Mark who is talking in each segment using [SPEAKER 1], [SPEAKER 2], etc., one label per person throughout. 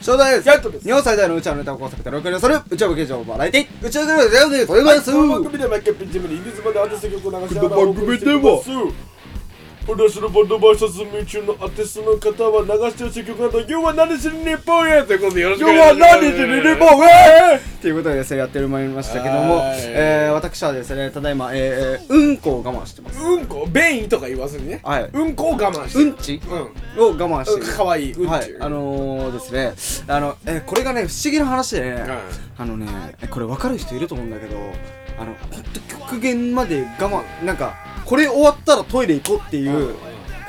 [SPEAKER 1] 正代です
[SPEAKER 2] ヤットです
[SPEAKER 1] 日本最大の宇宙のネタを考察た6年する宇宙部劇場バラエティ宇宙グルメで全部取り
[SPEAKER 2] は
[SPEAKER 1] ま
[SPEAKER 2] い、
[SPEAKER 1] す
[SPEAKER 2] この番組では毎回ピンチムにインディーズまでアーティスト曲を流しながら
[SPEAKER 1] この番組では
[SPEAKER 2] 私のバンドバーサスミチュのアーティストの方は流してほしい曲など You are 何しに日本へということでよろしく
[SPEAKER 1] You
[SPEAKER 2] お願
[SPEAKER 1] are
[SPEAKER 2] いします
[SPEAKER 1] 何時に日本へということでですねやってまいりましたけども
[SPEAKER 2] はい、
[SPEAKER 1] えー、私はですねただいま、えー、うんこを我慢してます
[SPEAKER 2] うんこ便意とか言わずにね、
[SPEAKER 1] はい
[SPEAKER 2] うんこを我慢して
[SPEAKER 1] うんち
[SPEAKER 2] うん
[SPEAKER 1] を我慢している
[SPEAKER 2] かわいいうんち、
[SPEAKER 1] はいあのー、ですねあの、えー、これがね不思議な話でね、あのねえこれ分かる人いると思うんだけどあのほんと極限まで我慢なんかこれ終わったらトイレ行こうってい
[SPEAKER 2] うん
[SPEAKER 1] う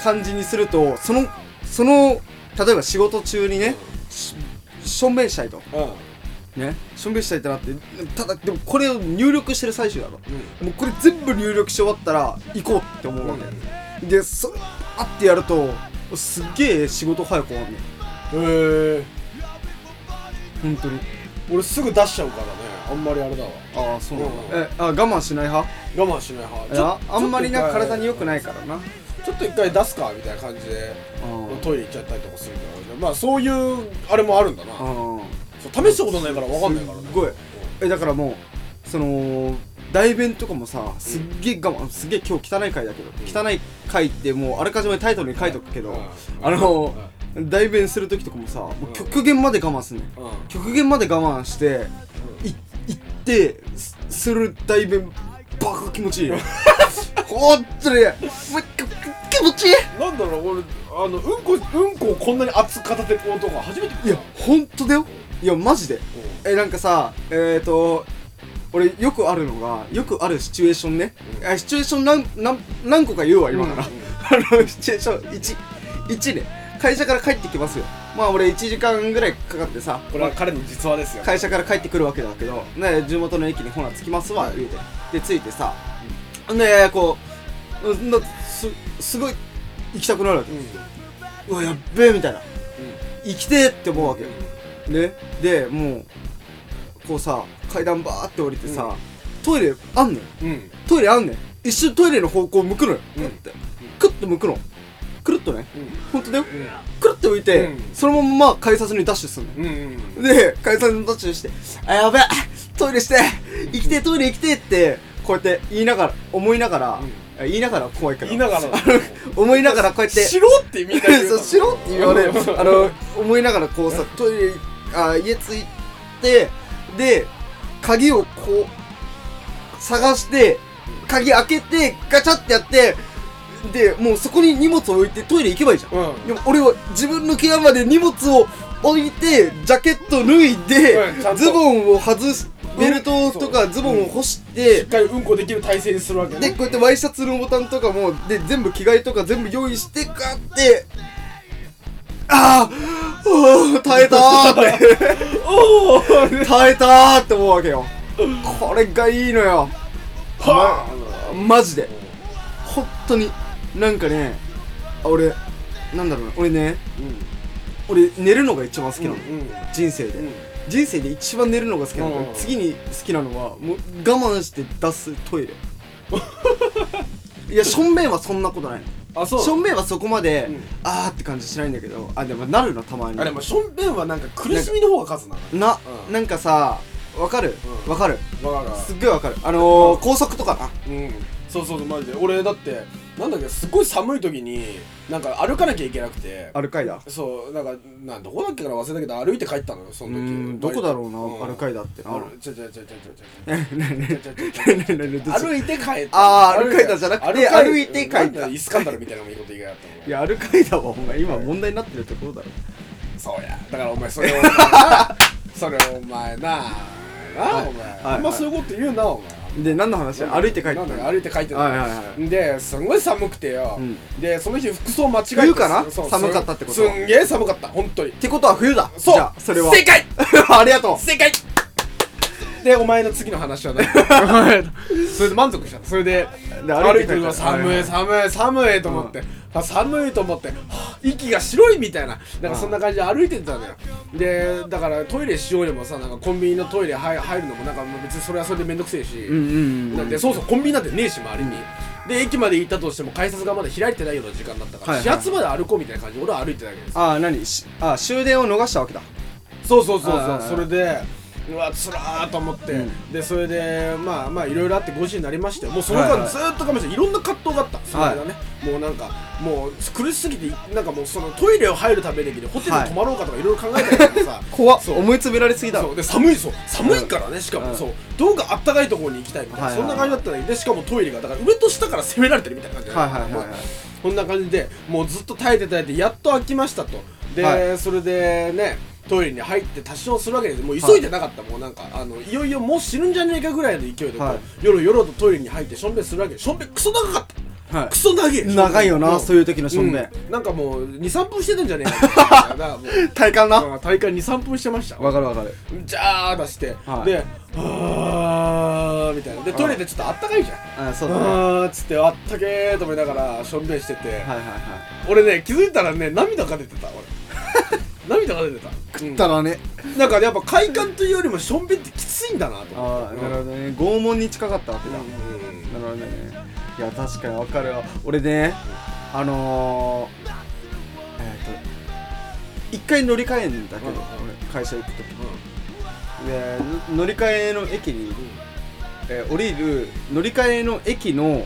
[SPEAKER 1] 感じにするとそのその例えば仕事中にねししょんべんしたいと
[SPEAKER 2] うんうん
[SPEAKER 1] ねしょんべんしたいってなってただでもこれを入力してる最中だろもうこれ全部入力し終わったら行こうって思うわけでそあってやるとすっげえ仕事早く終わんね
[SPEAKER 2] へえ
[SPEAKER 1] 本当に
[SPEAKER 2] 俺すぐ出しちゃうからねあんまりあれだわ
[SPEAKER 1] ああそうなんだ、
[SPEAKER 2] うん
[SPEAKER 1] えあ我慢しない派
[SPEAKER 2] 我慢しない派
[SPEAKER 1] いやあんまりな
[SPEAKER 2] ちょっと一回
[SPEAKER 1] 体に良くないからな
[SPEAKER 2] ちょっと一回出すかみたいな感じで
[SPEAKER 1] うん
[SPEAKER 2] トイレ行っちゃったりとかするけどまあそういうあれもあるんだな
[SPEAKER 1] うん
[SPEAKER 2] そう試したことないから分かんないからね
[SPEAKER 1] すっごいえだからもうその代弁とかもさすっげえ我慢すっげえ今日汚い回だけど、
[SPEAKER 2] う
[SPEAKER 1] 汚い回ってもうあらかじめタイトルに書いとくけど、
[SPEAKER 2] うん
[SPEAKER 1] あの代弁する時とかもさもう極限まで我慢すんねん
[SPEAKER 2] うん
[SPEAKER 1] 極限まで我慢してい行ってすする代弁バカ気持 ちいいよほんとにもうき気持ちいい
[SPEAKER 2] なんだろう俺あのうんこうんこをこんなに熱く片手こうとか初めて
[SPEAKER 1] いやほんとだよいやマジでえなんかさえっ、ー、と俺よくあるのがよくあるシチュエーションね、
[SPEAKER 2] うん
[SPEAKER 1] あシチュエーション何何何個か言うわ今から、
[SPEAKER 2] うん
[SPEAKER 1] あのシチュエーション1 1ね会社から帰ってきますよまあ俺1時間ぐらいかかってさ
[SPEAKER 2] これは彼の実話ですよ
[SPEAKER 1] 会社から帰ってくるわけだけど、ね、地元の駅にほな着きますわ言うてで着いてさ、ねこううんなすすごい行きたくなるわけ
[SPEAKER 2] うんうん
[SPEAKER 1] うわやっべえみたいな行きてえって思うわけよねでもうこうさ階段バーって降りてさ、
[SPEAKER 2] うん
[SPEAKER 1] トイレあんのよ
[SPEAKER 2] うん
[SPEAKER 1] トイレあんねん一瞬トイレの方向向くのよ、
[SPEAKER 2] うん
[SPEAKER 1] ってクッと向くのくるっとねほんとだよ
[SPEAKER 2] うん
[SPEAKER 1] くるって浮いて、
[SPEAKER 2] うん
[SPEAKER 1] そのまま改札にダッシュすんの
[SPEAKER 2] うんうんうん
[SPEAKER 1] で、解散の途中して、あ、やべえトイレして生きてえトイレ生きてえって、こうやって言いながら、思いながら、あ言いながら怖いから。
[SPEAKER 2] 言いながら
[SPEAKER 1] 思いながらこうやって、
[SPEAKER 2] しろってみんな言 う
[SPEAKER 1] そう、しろって言われる。 あの、思いながらこうさ、トイレ、あ、家着いて、で、鍵をこう、探して、鍵開けて、ガチャってやって、で、もうそこに荷物を置いてトイレ行けばいいじゃん。
[SPEAKER 2] うん
[SPEAKER 1] でも俺は自分のケアまで荷物を置いてジャケット脱いで、
[SPEAKER 2] うんちゃんと
[SPEAKER 1] ズボンを外すベルトとか
[SPEAKER 2] うん
[SPEAKER 1] ズボンを干し
[SPEAKER 2] 一
[SPEAKER 1] て、
[SPEAKER 2] 回うんこできる体勢にするわけ
[SPEAKER 1] で
[SPEAKER 2] ね
[SPEAKER 1] こうやってワイシャツのボタンとかもで全部着替えとか全部用意してガーってあーおー耐えたーって
[SPEAKER 2] おお
[SPEAKER 1] 耐えたーって思うわけよこれがいいのよ
[SPEAKER 2] はあ
[SPEAKER 1] マジで本当になんかねあ俺なんだろうな俺ね
[SPEAKER 2] うん
[SPEAKER 1] 俺寝るのが一番好きなの、
[SPEAKER 2] うん
[SPEAKER 1] 人生で、
[SPEAKER 2] うん
[SPEAKER 1] 人生で一番寝るのが好きなの、
[SPEAKER 2] うん
[SPEAKER 1] 次に好きなのはもう我慢して出すト イレいやしょんべんはそんなことない
[SPEAKER 2] あそ
[SPEAKER 1] の
[SPEAKER 2] う
[SPEAKER 1] しょんべんはそこまで、
[SPEAKER 2] うん
[SPEAKER 1] あーって感じしないんだけどあでもなるのたまに
[SPEAKER 2] あでもションベンはなんか苦しみの方が勝つな
[SPEAKER 1] な、
[SPEAKER 2] うん
[SPEAKER 1] なんかさわかる
[SPEAKER 2] うん
[SPEAKER 1] わ、かる
[SPEAKER 2] わかる
[SPEAKER 1] すっごいわかるあのー
[SPEAKER 2] うん
[SPEAKER 1] 高速とかな
[SPEAKER 2] うんそうそうそうマジで俺だってなんだっけすごい寒い時になんか歩かなきゃいけなくて
[SPEAKER 1] アルカイダ
[SPEAKER 2] そうなんかなんどこだっけから忘れたけど歩いて帰ったのよ
[SPEAKER 1] う
[SPEAKER 2] その
[SPEAKER 1] ん
[SPEAKER 2] 時
[SPEAKER 1] どこだろうな、
[SPEAKER 2] うん
[SPEAKER 1] アルカイダってな
[SPEAKER 2] あ るちょちょちょちょちょちょちょちょちょ
[SPEAKER 1] 何何何どうする
[SPEAKER 2] 歩いて帰った
[SPEAKER 1] あー歩いたじゃなくて
[SPEAKER 2] 歩か
[SPEAKER 1] 歩いて帰った
[SPEAKER 2] なんだイスカンダルみたいなのもいいこと言いやがった
[SPEAKER 1] いやアルカイダはお前今問題になってるところだろ
[SPEAKER 2] そうやだからお前それをお前なそれをお前ななあお前
[SPEAKER 1] はい
[SPEAKER 2] あんまそういうこと言うなお前
[SPEAKER 1] で何の話歩いて帰った
[SPEAKER 2] なんだ
[SPEAKER 1] の
[SPEAKER 2] よ歩いて帰ってた
[SPEAKER 1] はいはいはい
[SPEAKER 2] ですんごい寒くてよ、
[SPEAKER 1] うん
[SPEAKER 2] でその日服装間違えて
[SPEAKER 1] 冬かな
[SPEAKER 2] そう
[SPEAKER 1] 寒かったってこと
[SPEAKER 2] すんげえ寒かった本当に
[SPEAKER 1] ってことは冬だ
[SPEAKER 2] そう
[SPEAKER 1] じゃあそれは
[SPEAKER 2] 正解
[SPEAKER 1] ありが とう
[SPEAKER 2] 正解でお前の次の話は何 それで満足したそれで
[SPEAKER 1] で
[SPEAKER 2] 歩い
[SPEAKER 1] 帰
[SPEAKER 2] てる
[SPEAKER 1] っ
[SPEAKER 2] の
[SPEAKER 1] た
[SPEAKER 2] 寒い寒い寒いと思って、
[SPEAKER 1] う
[SPEAKER 2] あ寒いと思ってはあ息が白いみたいななん
[SPEAKER 1] うん
[SPEAKER 2] かそんな感じで歩いてたのよでだからトイレしようにもさなんかコンビニのトイレ入入るのもなんかもう別にそれはそれで面倒くせえし、
[SPEAKER 1] うんうんう
[SPEAKER 2] だっ
[SPEAKER 1] ん
[SPEAKER 2] てそうそうコンビニなんてねえし周りに、で駅まで行ったとしても改札がまだ開いてないような時間だったから、
[SPEAKER 1] はいはい
[SPEAKER 2] 始発まで歩こうみたいな感じで俺は歩いてたわけです
[SPEAKER 1] ああ何しあ終電を逃したわけだ
[SPEAKER 2] そうそうそうそ
[SPEAKER 1] あ
[SPEAKER 2] う
[SPEAKER 1] ー
[SPEAKER 2] それでうわつらーと思って、
[SPEAKER 1] うん
[SPEAKER 2] でそれでまあまあいろいろあって5時になりましてもうその
[SPEAKER 1] はいは
[SPEAKER 2] 間
[SPEAKER 1] い
[SPEAKER 2] ずーっと我慢していろんな葛藤があったそれがね、もうなんかもう苦しすぎてなんかもうそのトイレを入るためだけでホテルに泊まろうかとかいろいろ考えたりとか さ
[SPEAKER 1] 怖っ
[SPEAKER 2] そう
[SPEAKER 1] 思い詰められすぎだ
[SPEAKER 2] そうで寒いそう寒いからねしかも、
[SPEAKER 1] うん
[SPEAKER 2] そうどうかあったかいところに行きたいみたいな、
[SPEAKER 1] はいはい
[SPEAKER 2] そんな感じだったんだけどでしかもトイレがだから上と下から攻められてるみたいな感じだ
[SPEAKER 1] はい
[SPEAKER 2] った
[SPEAKER 1] はいはいはい
[SPEAKER 2] そんな感じでもうずっと耐えて耐えてやっと飽きましたとで、
[SPEAKER 1] は
[SPEAKER 2] それでねトイレに入って多少するわけですもう急いでなかった、もうなんかあのいよいよもう死ぬんじゃねえかぐらいの勢いでこう、
[SPEAKER 1] はい
[SPEAKER 2] よろよろとトイレに入ってしょんべんするわけしょんべんクソ長かった、
[SPEAKER 1] はい
[SPEAKER 2] クソ長い
[SPEAKER 1] 長いよなそういう時のしょんべん
[SPEAKER 2] なんかもう23分してたんじゃね えかだからもう
[SPEAKER 1] 体感な
[SPEAKER 2] まあ大会23分してました
[SPEAKER 1] わかるわかる
[SPEAKER 2] じゃー出して、
[SPEAKER 1] はい
[SPEAKER 2] で「あー」みたいなでトイレでちょっとあったかいじゃん
[SPEAKER 1] あそうだねは
[SPEAKER 2] あーっつってあったけーと思いながらしょんべんしてて、
[SPEAKER 1] いはいはい
[SPEAKER 2] 俺ね気づいたらね涙が出てた俺 涙が出てた、うん
[SPEAKER 1] ただね
[SPEAKER 2] なんかねやっぱ快感というよりもしょんべんってきついんだなと思っ
[SPEAKER 1] あ
[SPEAKER 2] た
[SPEAKER 1] あなるほどね拷問に近かったわけだなる
[SPEAKER 2] う
[SPEAKER 1] ほどねいや確かにわかるわ俺ねあのーえっと一回乗り換えんだけど
[SPEAKER 2] うん
[SPEAKER 1] 俺会社行く時での乗り換えの駅に、えー降りる乗り換えの駅の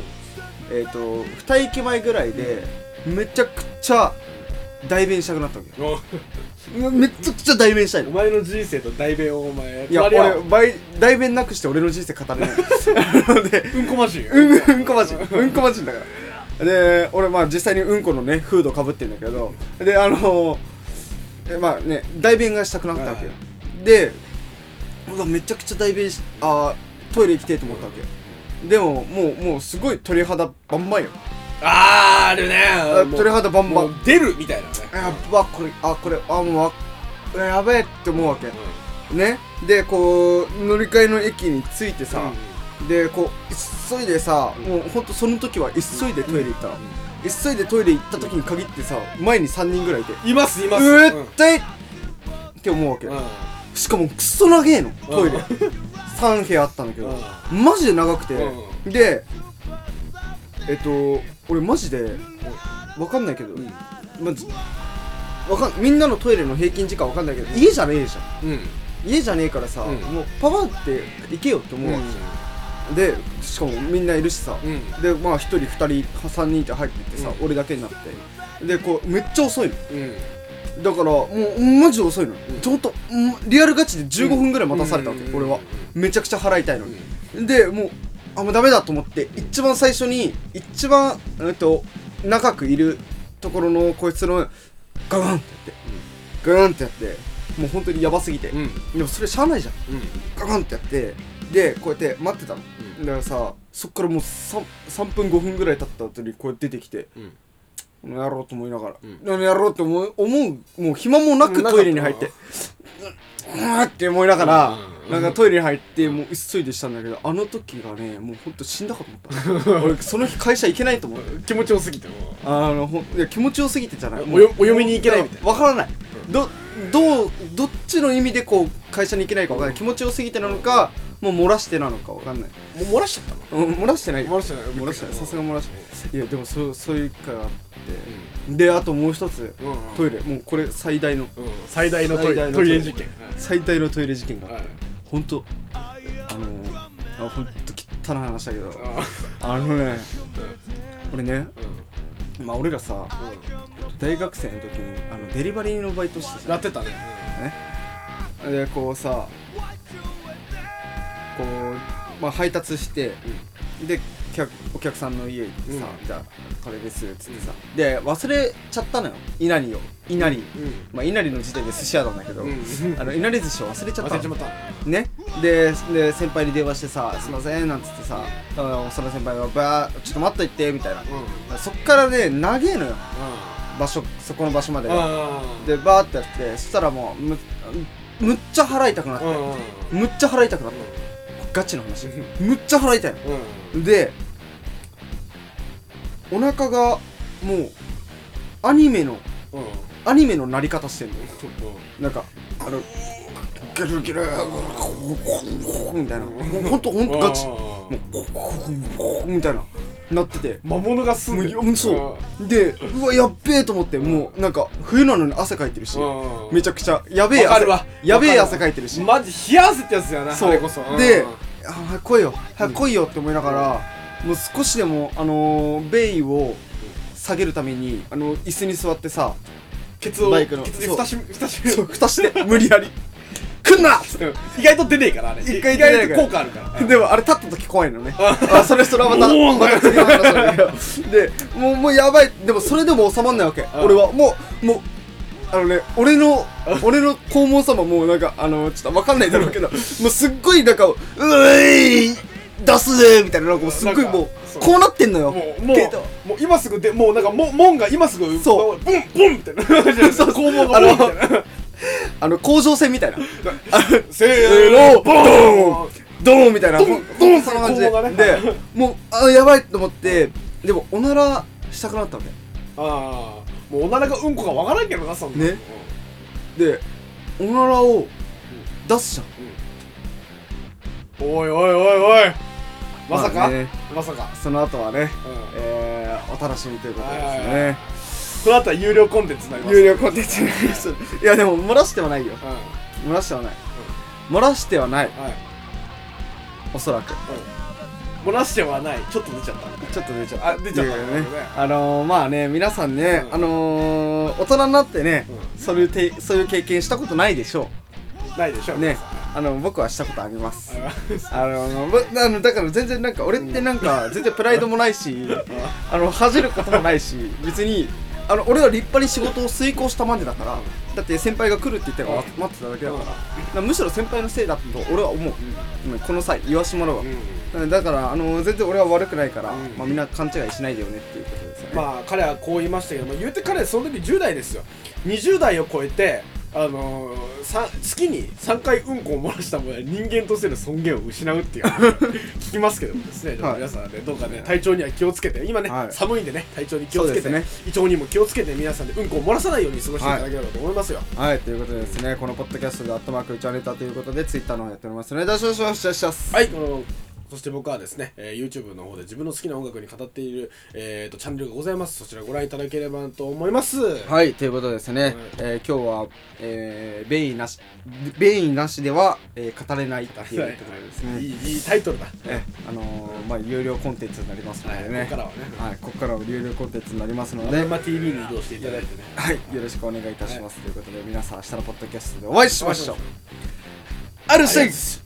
[SPEAKER 1] えっ、と2駅前ぐらいで、めちゃくちゃ代弁したくなったわけ
[SPEAKER 2] んうんうん
[SPEAKER 1] よめちゃくちゃ代弁したい
[SPEAKER 2] お
[SPEAKER 1] の
[SPEAKER 2] 前の人生と代弁をお前
[SPEAKER 1] いや
[SPEAKER 2] 隣は
[SPEAKER 1] 俺倍代弁なくして俺の人生語れないなので
[SPEAKER 2] うんこマシン
[SPEAKER 1] うんうんこまじんうんこまじんだからで俺まあ実際にうんこのねフードかぶってんだけどであのえまあね代弁がしたくなったわけよ
[SPEAKER 2] は
[SPEAKER 1] でうわめちゃくちゃ代弁しあートイレ行きてえと思ったわけよでももうもうすごい鳥肌バンバンよ
[SPEAKER 2] あーあるね
[SPEAKER 1] あ
[SPEAKER 2] もう
[SPEAKER 1] 鳥肌バンバ
[SPEAKER 2] もう
[SPEAKER 1] ン
[SPEAKER 2] 出るみたいなね
[SPEAKER 1] やっばこれあこれあもうあやべえって思うわけねでこう乗り換えの駅に着いてさ、でこう急いでさ、もうほんとその時は急いでトイレ行ったの、急いでトイレ行った時に限ってさ前に3人ぐらいいて
[SPEAKER 2] いますいます
[SPEAKER 1] 絶対、って思うわけ、
[SPEAKER 2] うんうん
[SPEAKER 1] しかもクソ長えのトイレ、3部屋あったんだけど、マジで長くて、
[SPEAKER 2] う
[SPEAKER 1] でえっと俺マジでわかんないけど、
[SPEAKER 2] ん
[SPEAKER 1] まずわかんみんなのトイレの平均時間わかんないけど家じゃねえじゃん
[SPEAKER 2] うん
[SPEAKER 1] 家じゃねえからさ、
[SPEAKER 2] うん
[SPEAKER 1] もうパパって行けよって思うわけ、でしかもみんないるしさ、
[SPEAKER 2] うん
[SPEAKER 1] でまあ1人2人3人って入ってってさ、
[SPEAKER 2] う
[SPEAKER 1] 俺だけになってでこうめっちゃ遅いの
[SPEAKER 2] うんうん
[SPEAKER 1] だからもうマジで遅いの、
[SPEAKER 2] ん
[SPEAKER 1] ちょっとうんリアルガチで15分ぐらい待たされたわけ、
[SPEAKER 2] うん
[SPEAKER 1] 俺はめちゃくちゃ払いたいのに、でもうあもうダメだと思って一番最初に一番、えっと、長くいるところのこいつのガガンってやって、ガガンってやってもう本当にヤバすぎて、
[SPEAKER 2] うん
[SPEAKER 1] でもそれしゃあないじゃん
[SPEAKER 2] うん
[SPEAKER 1] ガガンってやってでこうやって待ってたの、だからさそっからもう 3, 3分5分ぐらい経った後にこう出てきて
[SPEAKER 2] うん
[SPEAKER 1] この野郎と思いながら、
[SPEAKER 2] うん
[SPEAKER 1] この野郎って思う思うもう暇もな
[SPEAKER 2] うん
[SPEAKER 1] く
[SPEAKER 2] なかった
[SPEAKER 1] トイレに入ってうわって思いながら、
[SPEAKER 2] うん
[SPEAKER 1] なんかトイレに入ってもう急いでしたんだけどあの時がねもうほんと死んだかと思った 俺その日会社行けないと思う
[SPEAKER 2] 気持ちよすぎても
[SPEAKER 1] あのほんいや気持ちよすぎてじゃない
[SPEAKER 2] およお嫁に行けないみたいな
[SPEAKER 1] わからないどどうどっちの意味でこう会社に行けないかわからない気持ちよすぎてなのかもう漏らしてなのかわかんない、
[SPEAKER 2] う漏らしちゃったの
[SPEAKER 1] うん、漏らしてない
[SPEAKER 2] 漏らしてない
[SPEAKER 1] 漏らしてないさすが漏らしてないいやでもそうそういう回があって、であともう一つ、
[SPEAKER 2] うん
[SPEAKER 1] トイレもうこれ最大の、
[SPEAKER 2] うん最大のトイ
[SPEAKER 1] 最大
[SPEAKER 2] レ
[SPEAKER 1] の
[SPEAKER 2] トイレ事件
[SPEAKER 1] 最大のトイレ事件があって、
[SPEAKER 2] はい
[SPEAKER 1] ほんとあのあほんと汚い話だけど
[SPEAKER 2] あ
[SPEAKER 1] あのね俺ね
[SPEAKER 2] ーうん
[SPEAKER 1] まあ俺らさ
[SPEAKER 2] う
[SPEAKER 1] 大学生の時にあのデリバリーのバイトして
[SPEAKER 2] ん
[SPEAKER 1] さ
[SPEAKER 2] やってたね
[SPEAKER 1] でこうさこう、まあ、配達して、で客お客さんの家行ってさ、
[SPEAKER 2] うん
[SPEAKER 1] じゃあこれですっつってさ、で忘れちゃったのよ稲荷を稲荷、
[SPEAKER 2] うん
[SPEAKER 1] まあ稲荷の時点で寿司屋なんだけど、
[SPEAKER 2] うん
[SPEAKER 1] あの稲荷寿司を忘れちゃった
[SPEAKER 2] 忘
[SPEAKER 1] の
[SPEAKER 2] れちまった
[SPEAKER 1] ねでで先輩に電話してさ「すいません」なんつってさあのその先輩が「ばーちょっと待っといて」みたいな、
[SPEAKER 2] うん
[SPEAKER 1] そっからね長えのよ
[SPEAKER 2] あ
[SPEAKER 1] 場所そこの場所までが
[SPEAKER 2] あー
[SPEAKER 1] でバーってやってそしたらもうむむっちゃ払いたくなっ
[SPEAKER 2] う
[SPEAKER 1] て、
[SPEAKER 2] ん
[SPEAKER 1] むっちゃ払いたくなったガチの話むっちゃ払いたい
[SPEAKER 2] うん
[SPEAKER 1] のでお腹がもうアニメの
[SPEAKER 2] うんうん
[SPEAKER 1] アニメのなり方してんのよ
[SPEAKER 2] ちょっと
[SPEAKER 1] なんかあのギュルギュルみたいなもうほんとほんとガチ
[SPEAKER 2] あー
[SPEAKER 1] もうみたいななってて
[SPEAKER 2] 魔物が住んで
[SPEAKER 1] もううんそうでうわやっべえと思ってもうなんか冬なのに汗かいてるし
[SPEAKER 2] うん
[SPEAKER 1] めちゃくちゃやべえ
[SPEAKER 2] わか
[SPEAKER 1] 汗
[SPEAKER 2] るわ
[SPEAKER 1] やべえ
[SPEAKER 2] わか
[SPEAKER 1] 汗
[SPEAKER 2] る
[SPEAKER 1] かいてるし
[SPEAKER 2] マジ冷や汗ってやつだよな
[SPEAKER 1] そう
[SPEAKER 2] あれこそうん
[SPEAKER 1] であ早く来いよ早く来いよって思いながら、もう少しでもあのー、ベイを下げるためにあの椅子に座ってさ
[SPEAKER 2] ケツを
[SPEAKER 1] バイクの
[SPEAKER 2] ケツで蓋し蓋し
[SPEAKER 1] そう蓋して無理やり来んな
[SPEAKER 2] うん意外と出ねえからあれ
[SPEAKER 1] 一回
[SPEAKER 2] 意
[SPEAKER 1] 出ねえか
[SPEAKER 2] 外と
[SPEAKER 1] ら
[SPEAKER 2] 効果あるから
[SPEAKER 1] でもあれ立った時怖いのねあそれそれはまた
[SPEAKER 2] もう
[SPEAKER 1] また次の話なんだけどでもうもうやばいでもそれでも収まんないわけ
[SPEAKER 2] ん
[SPEAKER 1] 俺はもうもうあのね俺の俺の肛門様もうなんかあのちょっとわかんないだろうけどもうすっごいなんか「うえい出すぜ!」みたいななんかもうすっごい
[SPEAKER 2] なんか
[SPEAKER 1] もう
[SPEAKER 2] そう
[SPEAKER 1] こうなってんのよ
[SPEAKER 2] もうも
[SPEAKER 1] けど
[SPEAKER 2] うもう今すぐでもうなんかも門が今すぐ
[SPEAKER 1] そう
[SPEAKER 2] ブンブンってなるじゃん
[SPEAKER 1] そう
[SPEAKER 2] 肛門がブンみたいな
[SPEAKER 1] あの甲状腺みたいな
[SPEAKER 2] せ
[SPEAKER 1] せーの
[SPEAKER 2] ボーン
[SPEAKER 1] ドーンみたいな
[SPEAKER 2] ドンドン
[SPEAKER 1] そんな感じ
[SPEAKER 2] 肛門
[SPEAKER 1] で
[SPEAKER 2] がね
[SPEAKER 1] でもうあやばいと思ってでもおならしたくなったわけ
[SPEAKER 2] ああもうおならがうんこがわからんけどなそんな
[SPEAKER 1] ね
[SPEAKER 2] うん
[SPEAKER 1] でおならを出すじゃん
[SPEAKER 2] おいおいおいおいまさ
[SPEAKER 1] ま
[SPEAKER 2] か
[SPEAKER 1] あね
[SPEAKER 2] まさか
[SPEAKER 1] その後はね、
[SPEAKER 2] うん
[SPEAKER 1] えー、お楽しみということでです
[SPEAKER 2] はいはい
[SPEAKER 1] ね
[SPEAKER 2] この後は有料コンテンツになります
[SPEAKER 1] 有料コンテンツになりますいやでも漏らしてはないよ
[SPEAKER 2] うんは
[SPEAKER 1] 漏らしてはない漏らしてはない
[SPEAKER 2] い
[SPEAKER 1] おそらく
[SPEAKER 2] 漏らしてはないちょっと出ちゃった
[SPEAKER 1] ちょっと出ちゃった
[SPEAKER 2] あ出ち
[SPEAKER 1] て
[SPEAKER 2] ゃった
[SPEAKER 1] いう
[SPEAKER 2] なる
[SPEAKER 1] ね
[SPEAKER 2] ほどね
[SPEAKER 1] あのー、まあね皆さんね、
[SPEAKER 2] うん
[SPEAKER 1] あのー、大人になってね、
[SPEAKER 2] う
[SPEAKER 1] そういうてそういう経験したことないでしょ
[SPEAKER 2] ないでしょ
[SPEAKER 1] うねあの僕はしたことあります
[SPEAKER 2] あ
[SPEAKER 1] あのぶあのだから全然なんか俺ってなんか全然プライドもないしあの恥じることもないし別にあの俺は立派に仕事を遂行したまでだからだって先輩が来るって言ったから待待ってただけだからだからむしろ先輩のせいだと俺は思ううんこの際言わしてもらうわ
[SPEAKER 2] うん
[SPEAKER 1] だからあの全然俺は悪くないから、
[SPEAKER 2] うん
[SPEAKER 1] まあ、みんな勘違いしないでよねっていうことですよね、
[SPEAKER 2] まあ彼はこう言いましたけど、まあ、言うて彼はその時10代ですよ20代を超えてあのー、さ月に3回うんこを漏らしたものは人間としての尊厳を失うっていう 聞きますけどもですね、ちょっと皆さんねどうかね体調には気をつけて今ね、
[SPEAKER 1] はい
[SPEAKER 2] 寒いんでね体調に気をつけて、
[SPEAKER 1] そうで
[SPEAKER 2] 胃腸にも気をつけて皆さんでうんこを漏らさないように過ごしていただければと思いますよ、
[SPEAKER 1] はいということでですねこのポッドキャストで「アットマークうちはネタ」ということでツイッターの方やっておりますのでどうしようしようしようしよう
[SPEAKER 2] はい、このそして僕はですね、えー YouTube の方で自分の好きな音楽に語っている、えー、とチャンネルがございますそちらご覧いただければと思いますはい
[SPEAKER 1] はい、ということでですね、えー今日は、えー、ベイなし、ベイなしでは、えー語れないって
[SPEAKER 2] い
[SPEAKER 1] いうところですね。
[SPEAKER 2] いいいタイトルだ、
[SPEAKER 1] えーあのー、まあ、有料コンテンツになりますの
[SPEAKER 2] はい
[SPEAKER 1] で
[SPEAKER 2] こ
[SPEAKER 1] ね
[SPEAKER 2] こから。はね
[SPEAKER 1] はい、ここからは有料コンテンツになりますの
[SPEAKER 2] ア
[SPEAKER 1] で、
[SPEAKER 2] ベマ TV に移動していただい てね
[SPEAKER 1] はい、よろしくお願いいたします。ということで、皆さん、明日のポッドキャストでお会いしましょう。あるしょ
[SPEAKER 2] ありがとうございます